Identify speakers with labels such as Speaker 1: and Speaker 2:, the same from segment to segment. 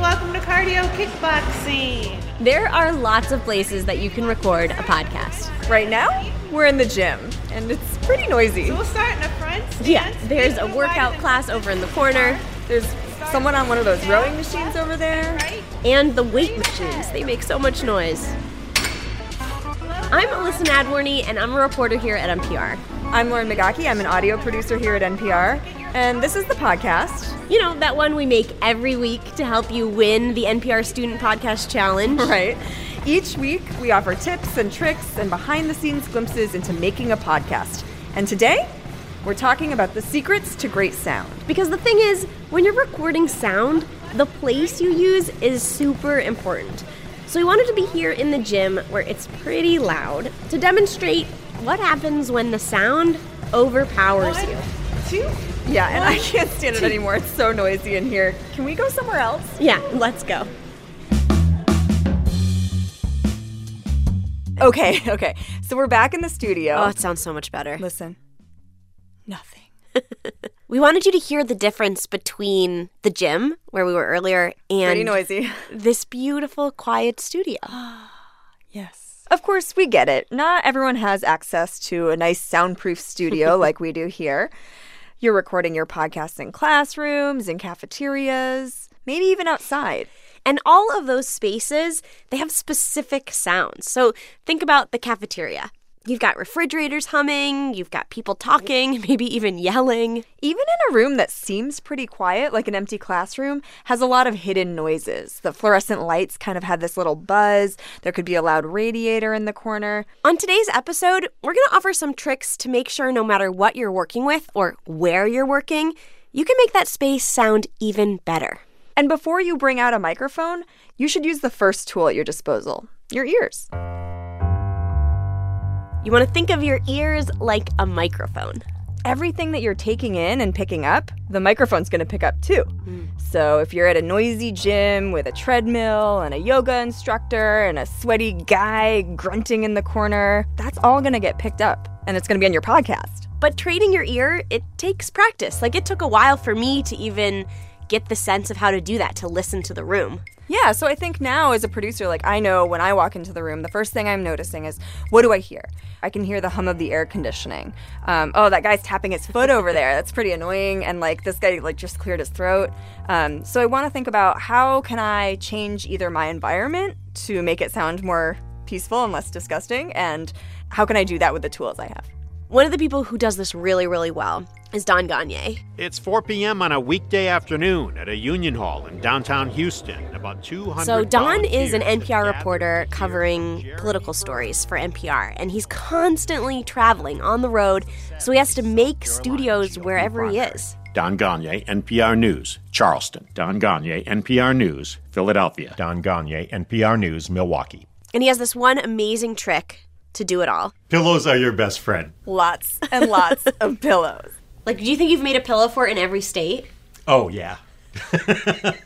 Speaker 1: welcome to Cardio Kickboxing.
Speaker 2: There are lots of places that you can record a podcast.
Speaker 3: Right now, we're in the gym and it's pretty noisy.
Speaker 1: So we'll start in the front stance.
Speaker 2: Yeah, there's
Speaker 1: Feet
Speaker 2: a
Speaker 1: wide
Speaker 2: workout
Speaker 1: and-
Speaker 2: class over in the corner
Speaker 3: There's someone on one of those rowing machines over there.
Speaker 1: Right?
Speaker 2: and the weight machines. They make so much noise. I'm Alyssa Nadworny and I'm a reporter here at NPR.
Speaker 3: I'm Lauren Magaki. I'm an audio producer here at NPR. And this is the podcast.
Speaker 2: You know, that one we make every week to help you win the NPR Student Podcast Challenge.
Speaker 3: Right. Each week, we offer tips and tricks and behind the scenes glimpses into making a podcast. And today, we're talking about the secrets to great sound.
Speaker 2: Because the thing is, when you're recording sound, the place you use is super important. So we wanted to be here in the gym where it's pretty loud to demonstrate what happens when the sound overpowers you.
Speaker 1: Two.
Speaker 3: Yeah, and I can't stand it anymore. It's so noisy in here. Can we go somewhere else?
Speaker 2: Yeah, let's go.
Speaker 3: Okay, okay. So we're back in the studio.
Speaker 2: Oh, it sounds so much better.
Speaker 3: Listen. Nothing.
Speaker 2: We wanted you to hear the difference between the gym where we were earlier
Speaker 3: Pretty
Speaker 2: and
Speaker 3: noisy.
Speaker 2: this beautiful quiet studio.
Speaker 3: Yes. Of course, we get it. Not everyone has access to a nice soundproof studio like we do here. You're recording your podcasts in classrooms, in cafeterias, maybe even outside.
Speaker 2: And all of those spaces, they have specific sounds. So think about the cafeteria. You've got refrigerators humming, you've got people talking, maybe even yelling.
Speaker 3: Even in a room that seems pretty quiet, like an empty classroom, has a lot of hidden noises. The fluorescent lights kind of have this little buzz. There could be a loud radiator in the corner.
Speaker 2: On today's episode, we're going to offer some tricks to make sure no matter what you're working with or where you're working, you can make that space sound even better.
Speaker 3: And before you bring out a microphone, you should use the first tool at your disposal your ears.
Speaker 2: You want to think of your ears like a microphone.
Speaker 3: everything that you're taking in and picking up, the microphone's going to pick up too. So if you're at a noisy gym with a treadmill and a yoga instructor and a sweaty guy grunting in the corner, that's all going to get picked up and it's going to be on your podcast.
Speaker 2: But training your ear, it takes practice. Like it took a while for me to even get the sense of how to do that, to listen to the room.
Speaker 3: Yeah, so I think now as a producer, like I know when I walk into the room, the first thing I'm noticing is what do I hear? I can hear the hum of the air conditioning. Um, oh, that guy's tapping his foot over there. That's pretty annoying. And like this guy like just cleared his throat. Um, so I want to think about how can I change either my environment to make it sound more peaceful and less disgusting, and how can I do that with the tools I have?
Speaker 2: One of the people who does this really, really well is Don Gagne.
Speaker 4: It's 4 p.m. on a weekday afternoon at a union hall in downtown Houston. About 200.
Speaker 2: So, Don
Speaker 4: volunteers
Speaker 2: is an
Speaker 4: have
Speaker 2: NPR
Speaker 4: gathered
Speaker 2: reporter
Speaker 4: this year
Speaker 2: covering
Speaker 4: to share
Speaker 2: political stories for NPR, and he's constantly traveling on the road, so he has to make studios wherever he is.
Speaker 4: Don Gagne, NPR News, Charleston. Don Gagne, NPR News, Philadelphia.
Speaker 5: Don Gagne, NPR News, Milwaukee.
Speaker 2: And he has this one amazing trick to do it all.
Speaker 5: Pillows are your best friend.
Speaker 3: Lots and lots of pillows.
Speaker 2: Like, do you think you've made a pillow fort in every state?
Speaker 5: Oh, yeah.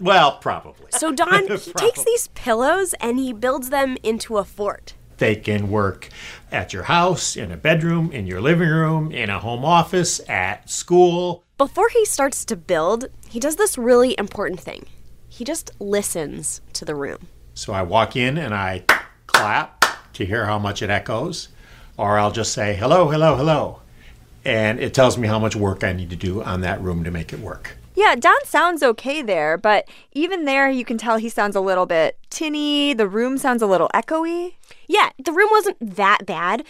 Speaker 5: well, probably.
Speaker 2: So, Don, he takes these pillows and he builds them into a fort.
Speaker 5: They can work at your house, in a bedroom, in your living room, in a home office, at school.
Speaker 2: Before he starts to build, he does this really important thing he just listens to the room.
Speaker 5: So I walk in and I clap to hear how much it echoes, or I'll just say, hello, hello, hello. And it tells me how much work I need to do on that room to make it work.
Speaker 3: Yeah, Don sounds okay there, but even there, you can tell he sounds a little bit tinny. The room sounds a little echoey.
Speaker 2: Yeah, the room wasn't that bad,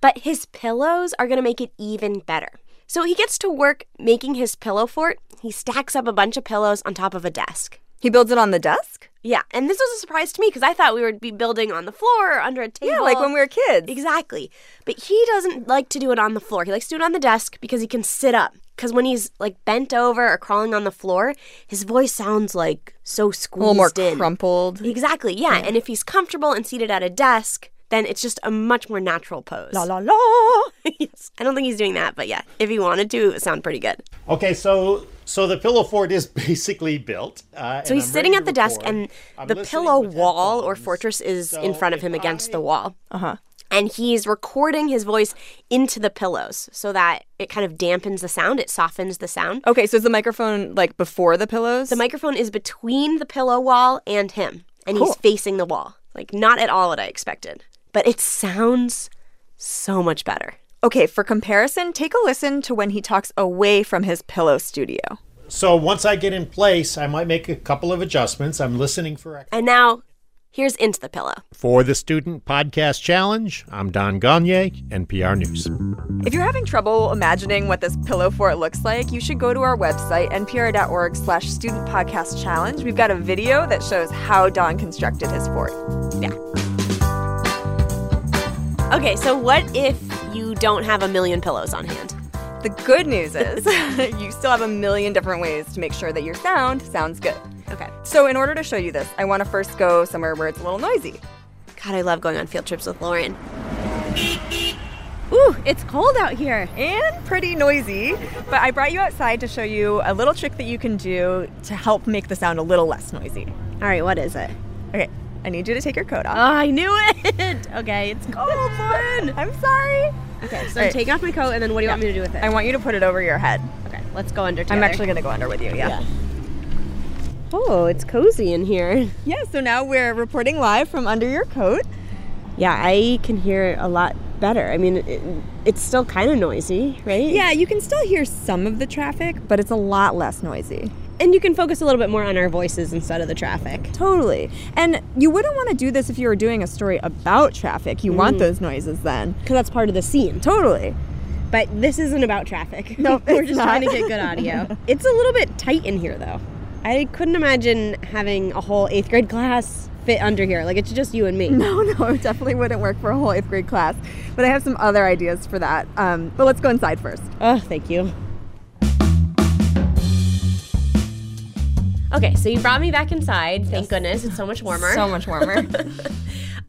Speaker 2: but his pillows are going to make it even better. So he gets to work making his pillow fort. He stacks up a bunch of pillows on top of a desk.
Speaker 3: He builds it on the desk?
Speaker 2: Yeah, and this was a surprise to me because I thought we would be building on the floor or under a table.
Speaker 3: Yeah, like when we were kids.
Speaker 2: Exactly. But he doesn't like to do it on the floor. He likes to do it on the desk because he can sit up. Because when he's like bent over or crawling on the floor, his voice sounds like so
Speaker 3: A
Speaker 2: squeezed
Speaker 3: little more
Speaker 2: in.
Speaker 3: crumpled.
Speaker 2: Exactly, yeah. And if he's comfortable and seated at a desk, then it's just a much more natural pose.
Speaker 3: La la la.
Speaker 2: yes. I don't think he's doing that, but yeah, if he wanted to, it would sound pretty good.
Speaker 5: Okay, so so the pillow fort is basically built. Uh,
Speaker 2: So he's sitting
Speaker 3: Uh-huh.
Speaker 2: at the desk, and the pillow wall or fortress is in front of him against the wall. Uh huh. and he's recording his voice into the pillows so that it kind of dampens the sound, it softens the sound.
Speaker 3: Okay, so is the microphone like before the pillows?
Speaker 2: The microphone is between the pillow wall and him, and he's
Speaker 3: Cool.
Speaker 2: facing the wall. Like, not at all what I expected, but it sounds so much better.
Speaker 3: okay, for comparison, take a listen to when he talks away from his pillow studio.
Speaker 5: So once I get in place, I might make a couple of adjustments. I'm listening for echoes.
Speaker 2: And now, here's Into the Pillow.
Speaker 5: For the Student Podcast Challenge, I'm Don Gagne, NPR News.
Speaker 3: If you're having trouble imagining what this pillow fort looks like, you should go to our website, npr.org slash student podcast challenge. We've got a video that shows how Don constructed his fort.
Speaker 2: Okay, so what if you don't have a million pillows on hand?
Speaker 3: The good news is you still have a million different ways to make sure that your sound sounds good.
Speaker 2: Okay.
Speaker 3: So, in order to show you this, I want to first go somewhere where it's a little noisy.
Speaker 2: God, I love going on field trips with Lauren. Ooh, it's cold out here.
Speaker 3: and pretty noisy. But I brought you outside to show you a little trick that you can do to help make the sound a little less noisy.
Speaker 2: All right, what is it?
Speaker 3: Okay, I need you to take your coat
Speaker 2: Oh,
Speaker 3: off.
Speaker 2: I knew it. Okay, it's cold. Lauren.
Speaker 3: I'm sorry.
Speaker 2: Okay, so
Speaker 3: All
Speaker 2: I'm
Speaker 3: right.
Speaker 2: taking off my coat, and then what do you want me to do with it?
Speaker 3: I want you to put it over your head.
Speaker 2: okay, let's go under.
Speaker 3: I'm
Speaker 2: together.
Speaker 3: actually gonna go under with you, yeah. yeah.
Speaker 2: Oh, it's cozy in here.
Speaker 3: so now we're reporting live from under your coat.
Speaker 2: Yeah, I can hear a lot better. I mean, it, it's still kind of noisy, right?
Speaker 3: Yeah, you can still hear some of the traffic, but it's a lot less noisy.
Speaker 2: and you can focus a little bit more on our voices instead of the traffic.
Speaker 3: Totally. And you wouldn't want to do this if you were doing a story about traffic. You want those noises then.
Speaker 2: Because that's part of the scene.
Speaker 3: Totally.
Speaker 2: But this isn't about traffic.
Speaker 3: Nope,
Speaker 2: We're
Speaker 3: it's
Speaker 2: just
Speaker 3: not.
Speaker 2: trying to get good audio. it's a little bit tight in here, though. I couldn't imagine having a whole eighth grade class fit under here. Like, it's just you and me.
Speaker 3: No, no, it definitely wouldn't work for a whole eighth grade class. But I have some other ideas for that. Um, but let's go inside first.
Speaker 2: Oh, thank you. Okay, so you brought me back inside. Thank goodness. It's so much warmer.
Speaker 3: much warmer.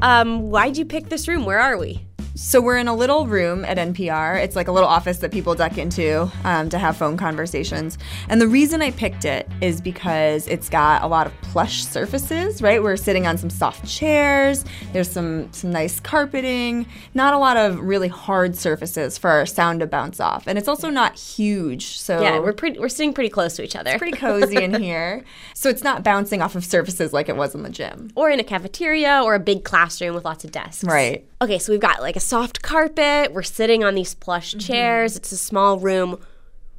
Speaker 2: um, why'd you pick this room? Where are we?
Speaker 3: so we're in a little room at NPR. It's like a little office that people duck into um, to have phone conversations. And the reason I picked it is because it's got a lot of plush surfaces. Right, we're sitting on some soft chairs. There's some some nice carpeting. Not a lot of really hard surfaces for our sound to bounce off. And it's also not huge. So
Speaker 2: Yeah, we're pretty. We're sitting pretty close to each other.
Speaker 3: pretty cozy in here. So it's not bouncing off of surfaces like it was in the gym.
Speaker 2: or in a cafeteria or a big classroom with lots of desks.
Speaker 3: Right.
Speaker 2: Okay, so we've got like a soft carpet. We're sitting on these plush
Speaker 3: Mm-hmm.
Speaker 2: chairs. It's a small room.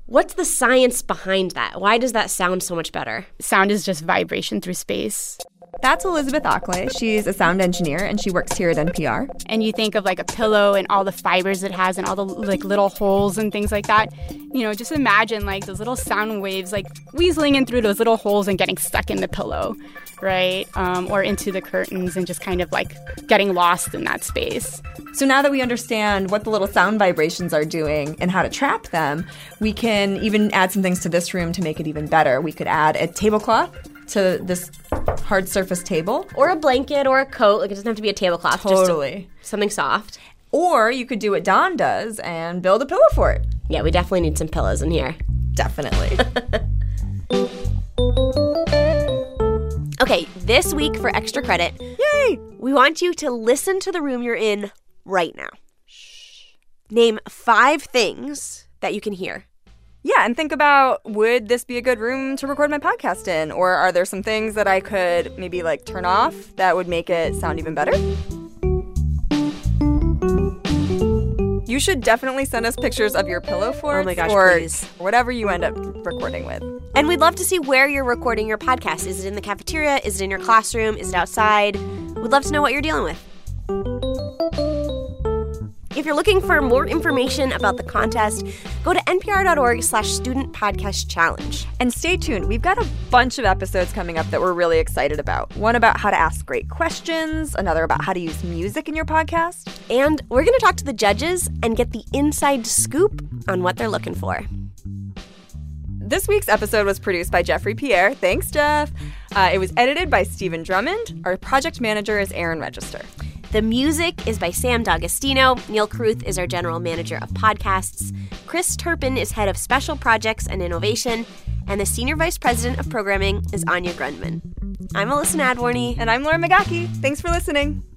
Speaker 2: What's the science behind that? Why does that sound so much better?
Speaker 6: Sound is just vibration through space.
Speaker 3: That's Elizabeth Ockley. She's a sound engineer and she works here at NPR.
Speaker 6: And you think of like a pillow and all the fibers it has and all the like little holes and things like that. You know, just imagine like those little sound waves like weaseling in through those little holes and getting stuck in the pillow, right? Um, or into the curtains and just kind of like getting lost in that space.
Speaker 3: So now that we understand what the little sound vibrations are doing and how to trap them, we can even add some things to this room to make it even better. We could add a tablecloth to this hard surface table.
Speaker 2: Or a blanket or a coat. Like it doesn't have to be a tablecloth.
Speaker 3: Totally.
Speaker 2: Just a- something soft.
Speaker 3: Or you could do what Don does and build a pillow fort.
Speaker 2: Yeah, we definitely need some pillows in here.
Speaker 3: Definitely.
Speaker 2: Okay, this week for extra credit,
Speaker 3: Yay!
Speaker 2: we want you to listen to the room you're in right now. Name five things that you can hear.
Speaker 3: Yeah, and think about would this be a good room to record my podcast in? Or are there some things that I could maybe like turn off that would make it sound even better? You should definitely send us pictures of your pillow forts
Speaker 2: Oh gosh,
Speaker 3: or
Speaker 2: please.
Speaker 3: whatever you end up recording with.
Speaker 2: And we'd love to see where you're recording your podcast. Is it in the cafeteria? Is it in your classroom? Is it outside? We'd love to know what you're dealing with. If you're looking for more information about the contest, go to npr.org slash student podcast challenge.
Speaker 3: And stay tuned. We've got a bunch of episodes coming up that we're really excited about. One about how to ask great questions, another about how to use music in your podcast.
Speaker 2: And we're going to talk to the judges and get the inside scoop on what they're looking for.
Speaker 3: This week's episode was produced by Jeffrey Pierre. Thanks, Jeff. Uh, it was edited by Stephen Drummond. Our project manager is Aaron Register.
Speaker 2: The music is by Sam D'Agostino. Neil Kruth is our general manager of podcasts. Chris Turpin is head of special projects and innovation. And the senior vice president of programming is Anya Grundman. I'm Alyssa Nadworny.
Speaker 3: And I'm Laura Magaki. Thanks for listening.